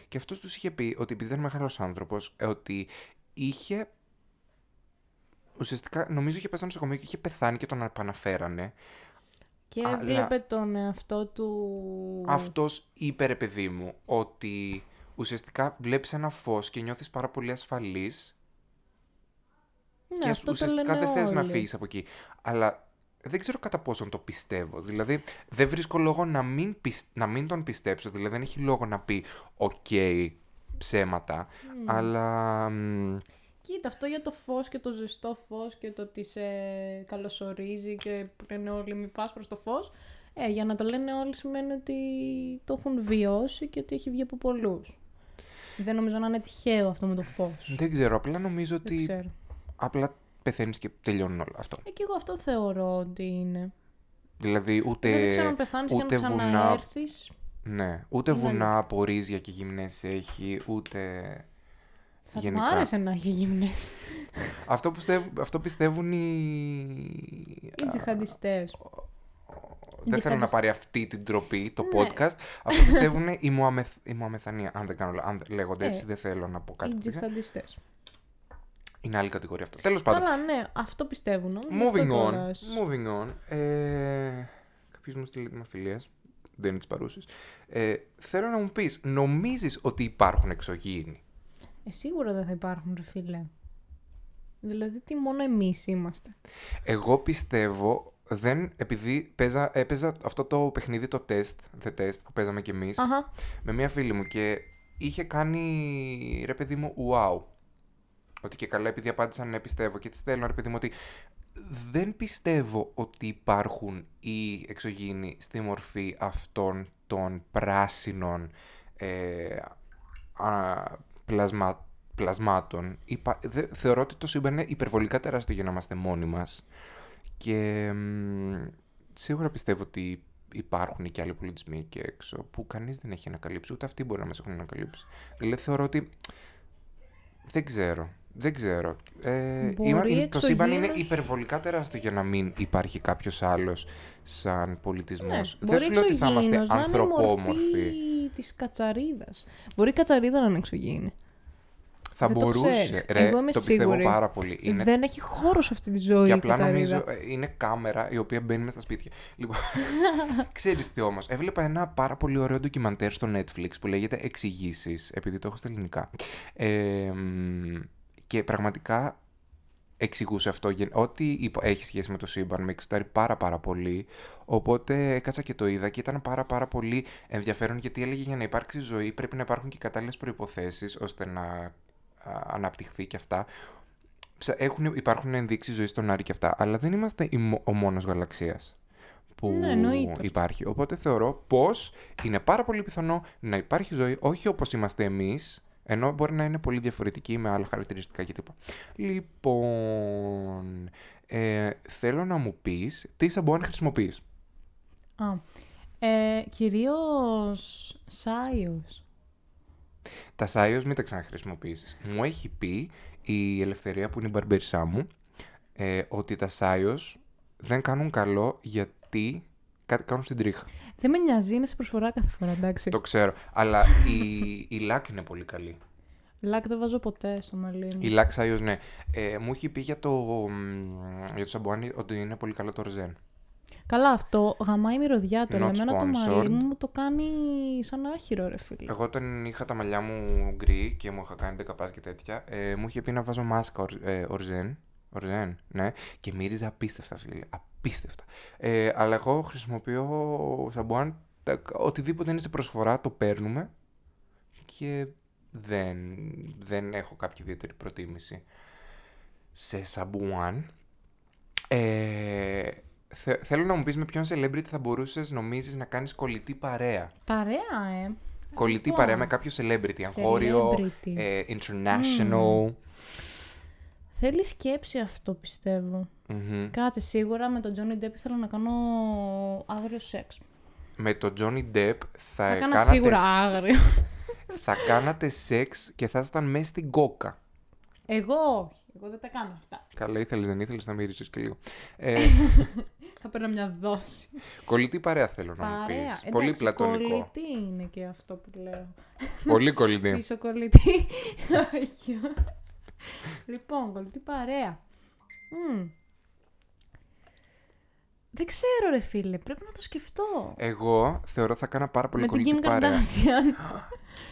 Speaker 1: Και αυτός τους είχε πει ότι επειδή ήταν μεγάλος άνθρωπος, ότι είχε. Ουσιαστικά νομίζω είχε πάει στο νοσοκομείο και είχε πεθάνει και τον επαναφέρανε.
Speaker 2: Και
Speaker 1: Αλλά-
Speaker 2: βλέπε τον εαυτό του...
Speaker 1: Αυτός είπε ρε παιδί μου ότι ουσιαστικά βλέπεις ένα φως και νιώθεις πάρα πολύ ασφαλής.
Speaker 2: Ναι,
Speaker 1: και
Speaker 2: αυτό το
Speaker 1: ουσιαστικά
Speaker 2: λένε
Speaker 1: δεν θες να
Speaker 2: όλοι.
Speaker 1: φύγεις από εκεί. Αλλά δεν ξέρω κατά πόσον το πιστεύω. Δηλαδή, δεν βρίσκω λόγο να μην, πισ- να μην τον πιστέψω. Δηλαδή, δεν έχει λόγο να πει «οκ,
Speaker 2: Mm.
Speaker 1: ψέματα». Αλλά... μ,
Speaker 2: Κοίτα, αυτό για το φως και το ζεστό φως και το ότι σε καλωσορίζει και που λένε όλοι μη πας προς το φως. Ε, για να το λένε όλοι σημαίνει ότι το έχουν βιώσει και ότι έχει βγει από πολλούς. Δεν νομίζω να είναι τυχαίο αυτό με το φως.
Speaker 1: Δεν ξέρω, απλά νομίζω
Speaker 2: Δεν
Speaker 1: ότι
Speaker 2: ξέρω.
Speaker 1: απλά πεθαίνεις και τελειώνουν όλα αυτό.
Speaker 2: Ε, και εγώ αυτό θεωρώ ότι είναι.
Speaker 1: Δηλαδή,
Speaker 2: Δεν
Speaker 1: ούτε...
Speaker 2: ξέρω αν πεθάνεις και αν
Speaker 1: ούτε βουνά.
Speaker 2: ξαναέρθεις.
Speaker 1: Ναι, ούτε
Speaker 2: Είναι αλήθεια.
Speaker 1: βουνά από ρύζια και γυμνές έχει, ούτε...
Speaker 2: Θα μου
Speaker 1: γενικά.
Speaker 2: άρεσε να έχει γυμνές.
Speaker 1: Αυτό, πιστεύ- αυτό πιστεύουν οι...
Speaker 2: Οι τζιχαντιστές.
Speaker 1: Δεν θέλω να
Speaker 2: Τζιχαντιστ-
Speaker 1: πάρει αυτή την τροπή το
Speaker 2: Ναι.
Speaker 1: podcast. Αυτό πιστεύουν οι, Μουαμεθ... οι Μουαμεθανοί, αν δεν κάνω λα- αν δεν λέγονται
Speaker 2: Ε,
Speaker 1: έτσι, δεν θέλω να πω κάτι.
Speaker 2: Οι
Speaker 1: τέτοιο.
Speaker 2: τζιχαντιστές.
Speaker 1: Είναι άλλη κατηγορία αυτό. Τέλος πάντων.
Speaker 2: Καλά, ναι, αυτό πιστεύουν. όμως, γι' αυτό
Speaker 1: Moving on.
Speaker 2: τώρα σ-
Speaker 1: Moving on. Ε, Κάποιος μου στείλε έτοιμα φιλία. Δεν είναι της παρούσης. Ε, θέλω να μου πεις, νομίζεις ότι υπάρχουν εξωγήινοι.
Speaker 2: Ε, σίγουρα δεν θα υπάρχουν, ρε φίλε. Δηλαδή, τι μόνο εμείς είμαστε.
Speaker 1: Εγώ πιστεύω, δεν, επειδή παίζα, έπαιζα αυτό το παιχνίδι, το test, the test που παίζαμε κι εμείς,
Speaker 2: Αχα.
Speaker 1: με μία φίλη μου και είχε κάνει ρε παιδί μου wow. Ότι και καλά επειδή απάντησαν ναι πιστεύω και τη στέλνω ρε παιδί μου ότι δεν πιστεύω ότι υπάρχουν οι εξωγήινοι στη μορφή αυτών των πράσινων ε, α, πλασμα, πλασμάτων. Υπα- δε- θεωρώ ότι το σύμπαν είναι υπερβολικά τεράστιο για να είμαστε μόνοι μας. Και μ, σίγουρα πιστεύω ότι υπάρχουν και άλλοι πολιτισμοί εκεί έξω που κανείς δεν έχει ανακαλύψει, ούτε αυτοί μπορεί να μας έχουν ανακαλύψει. Δηλαδή θεωρώ ότι δεν ξέρω. Δεν ξέρω. Ε,
Speaker 2: Μπορεί
Speaker 1: είμα- είναι- το σύμπαν είναι
Speaker 2: εξωγήινος-
Speaker 1: υπερβολικά τεράστιο για να μην υπάρχει κάποιος άλλος σαν πολιτισμός.
Speaker 2: Ναι,
Speaker 1: δεν σου λέω ότι θα είμαστε
Speaker 2: εξωγήινος να είναι
Speaker 1: ανθρωπόμορφοι.
Speaker 2: μορφή της κατσαρίδας. Μπορεί η κατσαρίδα να είναι εξωγήινη.
Speaker 1: Θα
Speaker 2: Δεν το
Speaker 1: μπορούσε.
Speaker 2: ξέρεις.
Speaker 1: ρε,
Speaker 2: Εγώ είμαι
Speaker 1: το πιστεύω
Speaker 2: σίγουρη.
Speaker 1: πάρα πολύ. Είναι
Speaker 2: Δεν έχει χώρο σε αυτή τη ζωή
Speaker 1: Και
Speaker 2: η
Speaker 1: απλά
Speaker 2: κατσαρίδα.
Speaker 1: νομίζω ε, είναι κάμερα η οποία μπαίνει μέσα στα σπίτια. Λοιπόν, ξέρεις τι όμως, έβλεπα ένα πάρα πολύ ωραίο ντοκιμαντέρ στο Netflix που λέγεται Εξηγήσεις, επειδή το έχω στα ελληνικά. Ε, μ, και πραγματικά εξηγούσε αυτό. γεν- Ό,τι υπο- έχει σχέση με το σύμπαν με εξουτάρει πάρα πάρα πολύ. Οπότε κάτσα και το είδα και ήταν πάρα πάρα πολύ ενδιαφέρον γιατί έλεγε για να υπάρξει ζωή πρέπει να υπάρχουν και κατάλληλες προποθέσει ώστε να α, αναπτυχθεί και αυτά. Ψα- Έχουν, υπάρχουν ενδείξεις ζωής στον Άρη και αυτά. Αλλά δεν είμαστε η μο- ο μόνος γαλαξίας που
Speaker 2: Ναι, εννοείται αυτό.
Speaker 1: υπάρχει. Οπότε θεωρώ πως είναι πάρα πολύ πιθανό να υπάρχει ζωή όχι όπως είμαστε εμείς, ενώ μπορεί να είναι πολύ διαφορετική με άλλα χαρακτηριστικά κτλ. Λοιπόν, ε, θέλω να μου πεις τι σαμπουάν χρησιμοποιείς.
Speaker 2: Α. Ε, κυρίως Σάιος.
Speaker 1: Τα Σάιος μην τα ξαναχρησιμοποιήσεις. Μου έχει πει η Ελευθερία που είναι η μπαρμπέρισσά μου ε, ότι τα Σάιος δεν κάνουν καλό γιατί κάτι κάνουν στην τρίχα.
Speaker 2: Δεν με νοιάζει, είναι σε προσφορά κάθε φορά, εντάξει.
Speaker 1: Το ξέρω. Αλλά η, η Λάκ είναι πολύ καλή.
Speaker 2: Λάκ δεν βάζω ποτέ στο μαλλί μου.
Speaker 1: Η Λάκ Σάιος, ναι. Ε, μου έχει πει για το, μ, για το σαμπουάν ότι είναι πολύ καλό το ρεζέν.
Speaker 2: Καλά, αυτό γαμάει η μυρωδιά του. αλλά
Speaker 1: Not
Speaker 2: εμένα το
Speaker 1: sponsored.
Speaker 2: μαλλί μου μου το κάνει σαν άχυρο, ρε φίλε.
Speaker 1: Εγώ όταν είχα τα μαλλιά μου γκρι και μου είχα κάνει δεκαπάς και τέτοια, ε, μου είχε πει να βάζω μάσκα ορ, ε, ορζέν. Ορζέν, ναι. Και μύριζε απίστευτα, φίλε. Απίστευτα. Ε, αλλά εγώ χρησιμοποιώ σαμπουάν. τα- Οτιδήποτε είναι σε προσφορά το παίρνουμε και δεν, δεν έχω κάποια ιδιαίτερη προτίμηση σε σαμπουάν. Ε, θε- θέλω να μου πεις με ποιον celebrity θα μπορούσες νομίζεις να κάνεις κολλητή παρέα.
Speaker 2: Παρέα, ε.
Speaker 1: Κολλητή
Speaker 2: Λοιπόν,
Speaker 1: παρέα με κάποιο celebrity, εγχώριο,
Speaker 2: Celebrity.
Speaker 1: ε, international.
Speaker 2: Θέλει σκέψη αυτό, πιστεύω.
Speaker 1: Μμμ.
Speaker 2: Κάτσε σίγουρα με τον Johnny Depp ήθελα να κάνω άγριο σεξ.
Speaker 1: Με τον Johnny Depp θα,
Speaker 2: Θα έκανα
Speaker 1: Ε, κάνατε,
Speaker 2: σίγουρα
Speaker 1: σ-
Speaker 2: άγριο.
Speaker 1: θα κάνατε σεξ και θα ήσασταν μέσα στην κόκα.
Speaker 2: Εγώ όχι. Εγώ δεν τα κάνω αυτά.
Speaker 1: Καλά, ήθελες, δεν ήθελες να μυρίσεις και λίγο. Ε,
Speaker 2: Θα παίρνω μια δόση.
Speaker 1: κολλητή παρέα θέλω να μου πεις.
Speaker 2: Παρέα.
Speaker 1: Πολύ
Speaker 2: Εντάξει,
Speaker 1: πλατωνικό.
Speaker 2: Κολλητή είναι και αυτό που λέω.
Speaker 1: Πολύ κολλητή.
Speaker 2: Πίσω κολλητή. Όχι. λοιπόν, κολλητή παρέα. Μμμ. Δεν ξέρω ρε φίλε, πρέπει να το σκεφτώ.
Speaker 1: Εγώ θεωρώ θα κάνα πάρα Ε, πολύ
Speaker 2: με την
Speaker 1: κολλητή
Speaker 2: Kim
Speaker 1: παρέα.
Speaker 2: Kardashian.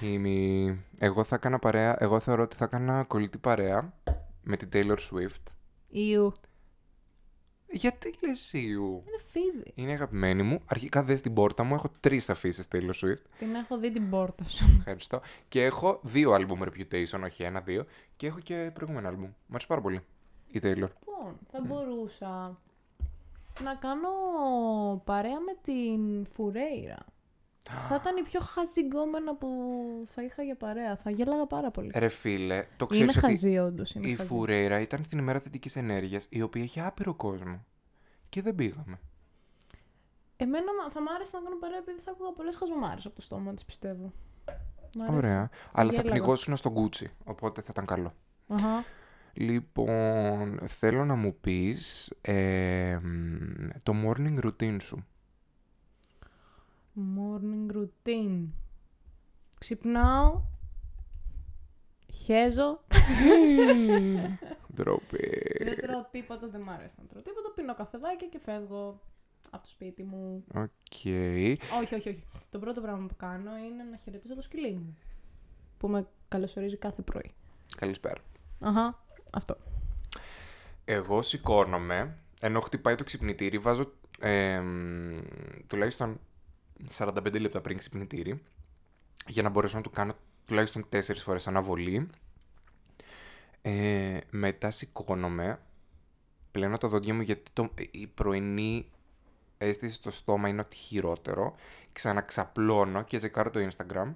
Speaker 1: Kimmy. Εγώ θα κάνα παρέα, εγώ θεωρώ ότι θα κάνα κολλητή παρέα με την Taylor Swift.
Speaker 2: Ιου.
Speaker 1: Γιατί λες ιού.
Speaker 2: Είναι φίδι.
Speaker 1: Είναι αγαπημένη μου. Αρχικά δες την πόρτα μου. Έχω τρεις αφήσεις Taylor Swift.
Speaker 2: Την έχω δει την πόρτα σου.
Speaker 1: Ευχαριστώ. Και έχω δύο album reputation, όχι ένα, δύο. Και έχω και προηγούμενο album. Μ' αρέσει πάρα πολύ η Taylor.
Speaker 2: Λοιπόν, θα
Speaker 1: Ε.
Speaker 2: μπορούσα να κάνω παρέα με την Φουρέιρα. θα ήταν η πιο χαζιγκόμενα που θα είχα για παρέα. Θα γέλαγα πάρα πολύ.
Speaker 1: Ρε φίλε, το ξέρει
Speaker 2: είναι
Speaker 1: Ε, ότι
Speaker 2: χαζή, όντως. Είναι
Speaker 1: η
Speaker 2: χαζή.
Speaker 1: Φουρέιρα ήταν στην ημέρα θετικής ενέργειας, η οποία είχε άπειρο κόσμο. Και δεν πήγαμε.
Speaker 2: Εμένα μα- θα μ' άρεσε να κάνω παρέα επειδή θα ακούγα πολλές χαζομάρες από το στόμα της, πιστεύω. Μ' αρέσει.
Speaker 1: Ωραία. Αλλά θα
Speaker 2: γέλαγα.
Speaker 1: πνιγώσουν στον Gucci. Οπότε θα ήταν καλό.
Speaker 2: Αχα.
Speaker 1: Λοιπόν, θέλω να μου πεις ε, μ, το morning routine σου.
Speaker 2: Morning routine. Ξυπνάω. Χέζω.
Speaker 1: Ντροπή.
Speaker 2: Δεν τρώω τίποτα, δεν μ' αρέσει να τρώω τίποτα. Πίνω καφεδάκια και φεύγω από το σπίτι μου.
Speaker 1: Οκ.
Speaker 2: όχι, όχι, όχι. Το πρώτο πράγμα που κάνω είναι να χαιρετίζω το σκυλί μου. Που με καλωσορίζει κάθε πρωί.
Speaker 1: Καλησπέρα.
Speaker 2: Αχα, αυτό.
Speaker 1: Εγώ σηκώνομαι, ενώ χτυπάει το ξυπνητήρι, βάζω ε, μ, τουλάχιστον 45 λεπτά πριν ξυπνητήρι, για να μπορέσω να του κάνω τουλάχιστον 4 φορές αναβολή. Ε, μετά σηκώνομαι, πλένω τα δόντια μου γιατί το, η πρωινή αίσθηση στο στόμα είναι ότι χειρότερο. Ξαναξαπλώνω και ζεκάρω το Instagram.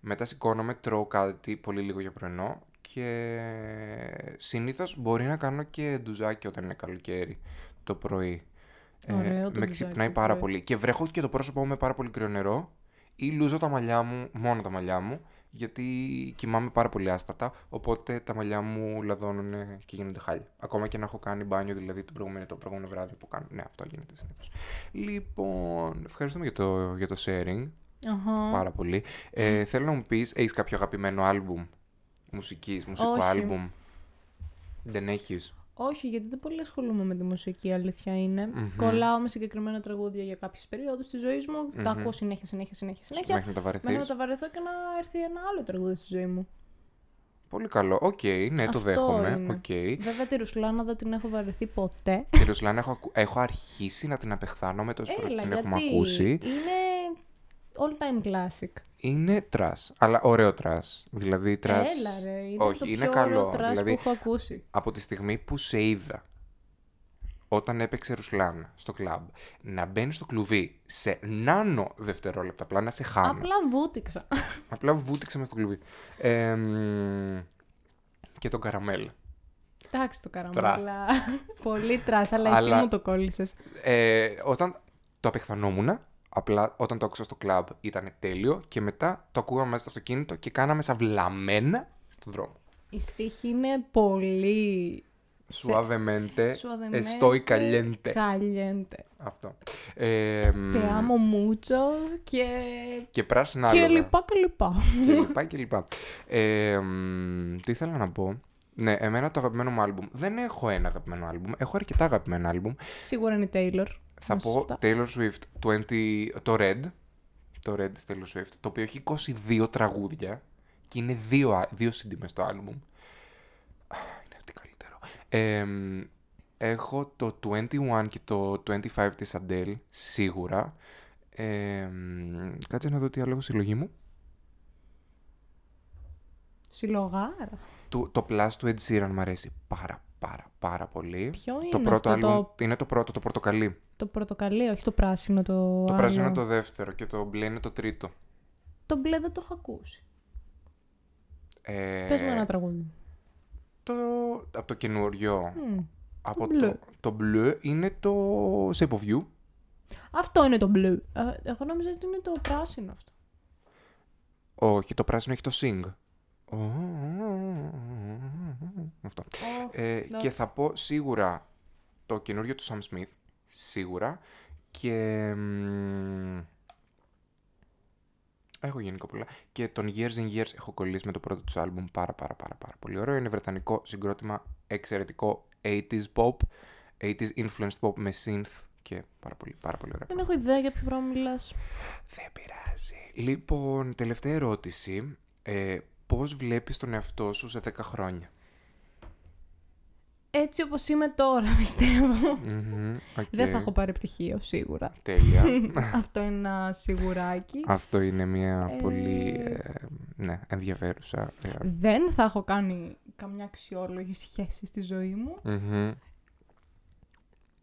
Speaker 1: Μετά σηκώνομαι, τρώω κάτι πολύ λίγο για πρωινό και συνήθως μπορεί να κάνω και ντουζάκι όταν είναι καλοκαίρι το πρωί. Ε,
Speaker 2: Ωραίο το
Speaker 1: με
Speaker 2: ντουζάκι
Speaker 1: ξυπνάει
Speaker 2: το
Speaker 1: πάρα
Speaker 2: πρωί.
Speaker 1: πολύ. Και βρέχω και το πρόσωπό μου με πάρα πολύ κρύο νερό ή λούζω τα μαλλιά μου, μόνο τα μαλλιά μου, γιατί κοιμάμαι πάρα πολύ άστατα, οπότε τα μαλλιά μου λαδώνουν και γίνονται χάλια. Ακόμα και να έχω κάνει μπάνιο, δηλαδή το προηγούμενο, το προηγούμενο βράδυ που κάνω. Ναι, αυτό γίνεται συνήθως. Λοιπόν, ευχαριστούμε για το, για το sharing
Speaker 2: Αχα.
Speaker 1: πάρα πολύ. Ε, θέλω να μου πεις, έχεις κάποιο αγαπημένο άλμπουμ μουσικής, μουσικό
Speaker 2: Όχι.
Speaker 1: άλμπουμ. Δεν έχεις.
Speaker 2: Όχι, γιατί δεν πολύ ασχολούμαι με τη μουσική, η αλήθεια είναι.
Speaker 1: Μμμ.
Speaker 2: Κολλάω με συγκεκριμένα τραγούδια για κάποιες περιόδους τη ζωή μου. Τα
Speaker 1: Μμμ.
Speaker 2: ακούω συνέχεια, συνέχεια, συνέχεια, συνέχεια.
Speaker 1: Μέχρι να τα
Speaker 2: Μέχρι
Speaker 1: βαρεθείς.
Speaker 2: να τα βαρεθώ και να έρθει ένα άλλο τραγούδι στη ζωή μου.
Speaker 1: Πολύ καλό. Οκ, ναι, το
Speaker 2: Αυτό
Speaker 1: δέχομαι.
Speaker 2: είναι.
Speaker 1: Οκ. Και
Speaker 2: Βέβαια τη Ρουσλάνα δεν την έχω βαρεθεί ποτέ.
Speaker 1: η Ρουσλάνα έχω, ακου- έχω αρχίσει να την απεχθάνω με το σπρο...
Speaker 2: Έλα,
Speaker 1: την
Speaker 2: γιατί
Speaker 1: έχουμε ακούσει.
Speaker 2: είναι all time classic.
Speaker 1: Είναι τρας, αλλά ωραίο τρας. Δηλαδή τρας...
Speaker 2: Έλα ρε, είναι
Speaker 1: Όχι,
Speaker 2: το πιο
Speaker 1: είναι
Speaker 2: ωραίο
Speaker 1: καλό.
Speaker 2: τρας
Speaker 1: δηλαδή
Speaker 2: που έχω ακούσει.
Speaker 1: από τη στιγμή που σε είδα όταν έπαιξε Ρουσλάνα στο κλαμπ, να μπαίνει στο κλουβί σε νάνο δευτερόλεπτα, απλά να σε χάνω. Απλά,
Speaker 2: Απλά βούτυξα.
Speaker 1: βούτυξε μες στο κλουβί. Ε, μ, και τον καραμέλ.
Speaker 2: Εντάξει το καραμέλα. Πολύ τρας, αλλά, εσύ
Speaker 1: Αλλά-
Speaker 2: μου το κόλλησες.
Speaker 1: Ε, όταν το απεχθανόμουν, απλά όταν το άκουσα στο κλαμπ ήταν τέλειο και μετά το ακούγαμε μέσα στο αυτοκίνητο και κάναμε σαυλαμένα στον δρόμο.
Speaker 2: Η στίχη είναι πολύ...
Speaker 1: Σουαβεμέντε,
Speaker 2: Suavemente,
Speaker 1: εστόι καλιέντε.
Speaker 2: Caliente.
Speaker 1: Αυτό. Ε, μ,
Speaker 2: Te amo mucho και...
Speaker 1: και λοιπόν, πράσινα
Speaker 2: Και
Speaker 1: άλογα.
Speaker 2: λοιπά και λοιπά.
Speaker 1: και λοιπά και λοιπά. Ε, μ, τι ήθελα να πω. Ναι, εμένα το αγαπημένο μου άλμπουμ. Δεν έχω ένα αγαπημένο άλμπουμ. Έχω αρκετά αγαπημένα άλμπουμ.
Speaker 2: Σίγουρα είναι η Taylor.
Speaker 1: Θα
Speaker 2: μέσα σε
Speaker 1: πω
Speaker 2: αυτά.
Speaker 1: Taylor Swift 20, το Red. Το Red της Taylor Swift. Το οποίο έχει 22 τραγούδια και είναι δύο, α- δύο CD μες στο άλμπουμ. Α, Είναι ό,τι καλύτερο. Ε, μ, έχω το 21 και το 25 της Adele, σίγουρα. Ε, μ, κάτσε να δω τι άλλο έχω στη συλλογή μου.
Speaker 2: Συλλογάρα.
Speaker 1: του, το Plus του Ed Sheeran μου αρέσει πάρα πάρα πάρα πολύ.
Speaker 2: Ποιο είναι
Speaker 1: το πρώτο
Speaker 2: αυτό
Speaker 1: album
Speaker 2: το,
Speaker 1: είναι το πρώτο, το πορτοκαλί.
Speaker 2: το πρωτοκαλί, όχι το πράσινο το
Speaker 1: Το
Speaker 2: άλλο.
Speaker 1: πράσινο είναι το δεύτερο και το μπλε είναι το τρίτο.
Speaker 2: Το μπλε δεν το έχω ακούσει.
Speaker 1: Ε,
Speaker 2: Πες μου ένα τραγούδι.
Speaker 1: το, από το καινούριο.
Speaker 2: Μμ.
Speaker 1: από
Speaker 2: μπλε.
Speaker 1: το, το μπλε είναι το Shape of You.
Speaker 2: Αυτό είναι το μπλε. Ε, Εγώ νόμιζα ότι είναι το πράσινο αυτό.
Speaker 1: Όχι, το πράσινο έχει το Sing. Αυτό. Ε,
Speaker 2: εντάξει.
Speaker 1: και θα πω σίγουρα το καινούριο του Sam Smith. Σίγουρα. Και. μ, Έχω γενικό πολλά. Και τον Years and Years έχω κολλήσει με το πρώτο τους άλμπουμ πάρα πάρα πάρα πάρα πολύ ωραίο. Είναι βρετανικό συγκρότημα εξαιρετικό 80s pop, 80s influenced pop με synth και πάρα πολύ πάρα πολύ ωραία.
Speaker 2: Δεν έχω ιδέα για ποιο πράγμα μιλάς.
Speaker 1: Δεν πειράζει. Λοιπόν, τελευταία ερώτηση. Ε, πώς βλέπεις τον εαυτό σου σε 10 χρόνια?
Speaker 2: Έτσι όπως είμαι τώρα, πιστεύω.
Speaker 1: Μμμ, οκ.
Speaker 2: Δεν θα έχω πάρει πτυχίο, σίγουρα.
Speaker 1: Τέλεια.
Speaker 2: Αυτό είναι ένα σιγουράκι.
Speaker 1: Αυτό είναι μια
Speaker 2: Ε,
Speaker 1: πολύ ε, ναι, ενδιαφέρουσα. ε,
Speaker 2: Δεν θα έχω κάνει καμιά αξιόλογη σχέση στη ζωή μου.
Speaker 1: μμμ.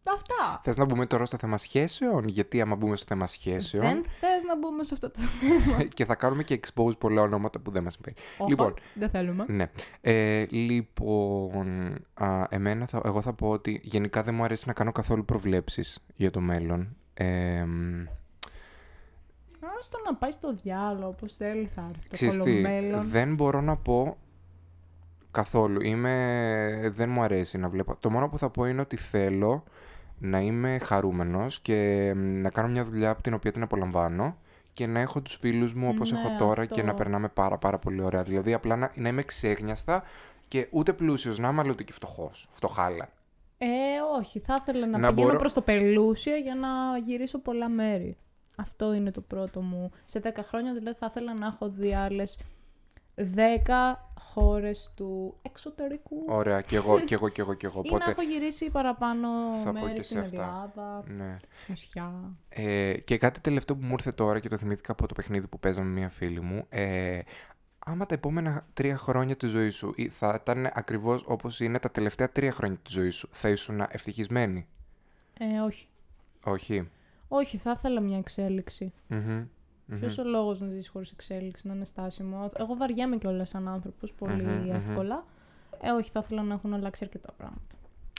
Speaker 2: Αυτά.
Speaker 1: Θες να μπούμε τώρα στο θέμα σχέσεων, γιατί άμα μπούμε στο θέμα σχέσεων
Speaker 2: Δεν θες να μπούμε σε αυτό το...
Speaker 1: και θα κάνουμε και expose πολλά ονόματα που δεν μας συμφέρει. Λοιπόν.
Speaker 2: Όπα, Δεν θέλουμε.
Speaker 1: Ναι. Ε, λοιπόν, α, εμένα θα, εγώ θα πω ότι γενικά δεν μου αρέσει να κάνω καθόλου προβλέψεις για το μέλλον. Ε, μ,
Speaker 2: Άστο να πάει στο διάλογο, όπως θέλει θα έρθει
Speaker 1: ξέρεις
Speaker 2: το
Speaker 1: τι,
Speaker 2: κολομέλον.
Speaker 1: δεν μπορώ να πω καθόλου. Είμαι, δεν μου αρέσει να βλέπω. Το μόνο που θα πω είναι ότι θέλω να είμαι χαρούμενος και μ, να κάνω μια δουλειά από την οποία την απολαμβάνω και να έχω τους φίλους μου όπως
Speaker 2: Ναι,
Speaker 1: έχω τώρα και να
Speaker 2: αυτό.
Speaker 1: περνάμε πάρα πάρα πολύ ωραία. Δηλαδή απλά να, να είμαι ξέχνιαστα και ούτε πλούσιος να είμαι αλλά ούτε και φτωχός, φτωχάλα.
Speaker 2: Ε, όχι. Θα ήθελα να,
Speaker 1: Να
Speaker 2: πηγαίνω
Speaker 1: μπορώ-
Speaker 2: προς το Πελούσια για να γυρίσω πολλά μέρη. Αυτό είναι το πρώτο μου. Σε 10 χρόνια δηλαδή θα ήθελα να έχω δει άλλες 10 χώρες του εξωτερικού.
Speaker 1: Ωραία, και εγώ, και εγώ, και εγώ, και εγώ.
Speaker 2: Ή να
Speaker 1: Οπότε,
Speaker 2: έχω γυρίσει παραπάνω
Speaker 1: Θα πω
Speaker 2: μέρη
Speaker 1: και
Speaker 2: στην
Speaker 1: σε αυτά.
Speaker 2: Ελλάδα,
Speaker 1: ναι.
Speaker 2: νησιά.
Speaker 1: Ε, και κάτι τελευταίο που μου ήρθε τώρα και το θυμήθηκα από το παιχνίδι που παίζαμε με μια φίλη μου. Ε, άμα τα επόμενα τρία χρόνια της ζωής σου ή θα ήταν ακριβώς όπως είναι τα τελευταία τρία χρόνια της ζωής σου, θα ήσουν ευτυχισμένη.
Speaker 2: Ε, όχι.
Speaker 1: Όχι.
Speaker 2: Όχι, θα ήθελα μια εξέλιξη.
Speaker 1: Μμμ. Μμμ.
Speaker 2: Ποιος ο λόγος να ζήσει χωρίς εξέλιξη, να είναι στάσιμο. Εγώ βαριέμαι κιόλας σαν άνθρωπος
Speaker 1: Μμμ, μμμ.
Speaker 2: εύκολα. Ε, όχι, θα ήθελα να έχουν αλλάξει αρκετά πράγματα.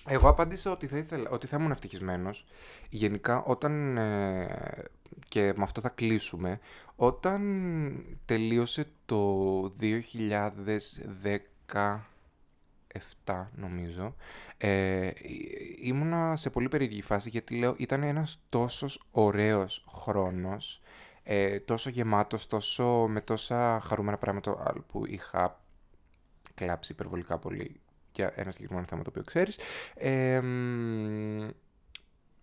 Speaker 1: Εγώ απάντησα ότι θα, ήθελα, ότι θα ήμουν ευτυχισμένος. Γενικά, όταν. ε, και με αυτό θα κλείσουμε. Όταν τελείωσε το 2017, νομίζω, ε, ή- ήμουνα σε πολύ περίεργη φάση γιατί λέω ήταν ένας τόσος ωραίος χρόνος, ε, τόσο γεμάτος, τόσο με τόσα χαρούμενα πράγματα α, που είχα κλάψει υπερβολικά πολύ για ένα συγκεκριμένο θέμα το οποίο ξέρεις. Ε, μ,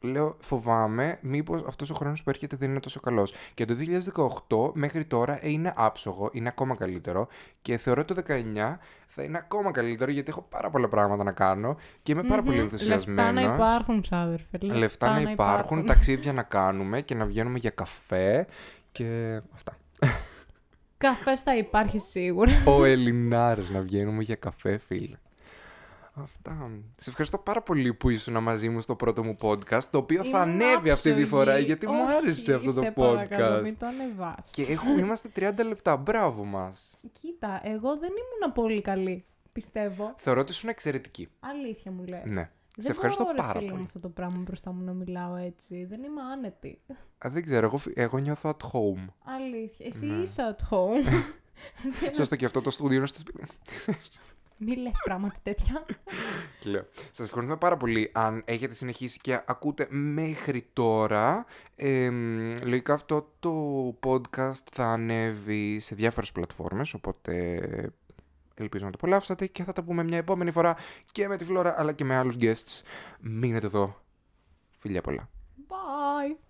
Speaker 1: λέω φοβάμαι μήπως αυτός ο χρόνος που έρχεται δεν είναι τόσο καλός. Και το 2018 μέχρι τώρα ε, είναι άψογο, είναι ακόμα καλύτερο και θεωρώ το 19 θα είναι ακόμα καλύτερο γιατί έχω πάρα πολλά πράγματα να κάνω και είμαι πάρα πολύ
Speaker 2: Μμμ. Λεφτά
Speaker 1: ενθουσιασμένος.
Speaker 2: να υπάρχουν, Σάβερφε. Λεφτά,
Speaker 1: Λεφτά να υπάρχουν, ταξίδια να κάνουμε και να βγαίνουμε για καφέ και αυτά.
Speaker 2: Καφέ θα υπάρχει σίγουρα.
Speaker 1: Ο Ελληνάρης να βγαίνουμε για καφέ, φίλε. Αυτά. Σε ευχαριστώ πάρα πολύ που ήσουν μαζί μου στο πρώτο μου podcast, το οποίο θα
Speaker 2: Είναι
Speaker 1: ανέβει αυτή τη
Speaker 2: άψογη.
Speaker 1: φορά, γιατί μου
Speaker 2: Όχι,
Speaker 1: άρεσε αυτό το
Speaker 2: σε Παρακαλώ,
Speaker 1: podcast.
Speaker 2: μην το ανεβάσεις.
Speaker 1: Και έχουμε, είμαστε 30 λεπτά. Μπράβο μας.
Speaker 2: Κοίτα, εγώ δεν ήμουν πολύ καλή. Πιστεύω.
Speaker 1: Θεωρώ ότι ήσουν εξαιρετική.
Speaker 2: Αλήθεια μου λέει.
Speaker 1: Ναι.
Speaker 2: Δεν
Speaker 1: σε ευχαριστώ
Speaker 2: μπορώ, ρε
Speaker 1: πάρα
Speaker 2: φίλε μου,
Speaker 1: πολύ.
Speaker 2: αυτό το πράγμα μπροστά μου να μιλάω έτσι. Δεν είμαι άνετη.
Speaker 1: Α, δεν ξέρω, εγώ, φι- εγώ νιώθω at home.
Speaker 2: Αλήθεια. Εσύ
Speaker 1: Ναι.
Speaker 2: είσαι at home.
Speaker 1: Σωστό και αυτό το στούντιο είναι στο σπίτι. μου.
Speaker 2: Μη λες πράγματα τέτοια.
Speaker 1: Τι Λέω. Σας ευχαριστούμε πάρα πολύ αν έχετε συνεχίσει και ακούτε μέχρι τώρα. Εμ, λογικά αυτό το podcast θα ανέβει σε διάφορες πλατφόρμες, οπότε ελπίζω να το απολαύσατε και θα τα πούμε μια επόμενη φορά και με τη Φλόρα αλλά και με άλλους guests. Μείνετε εδώ. Φιλιά πολλά.
Speaker 2: Bye.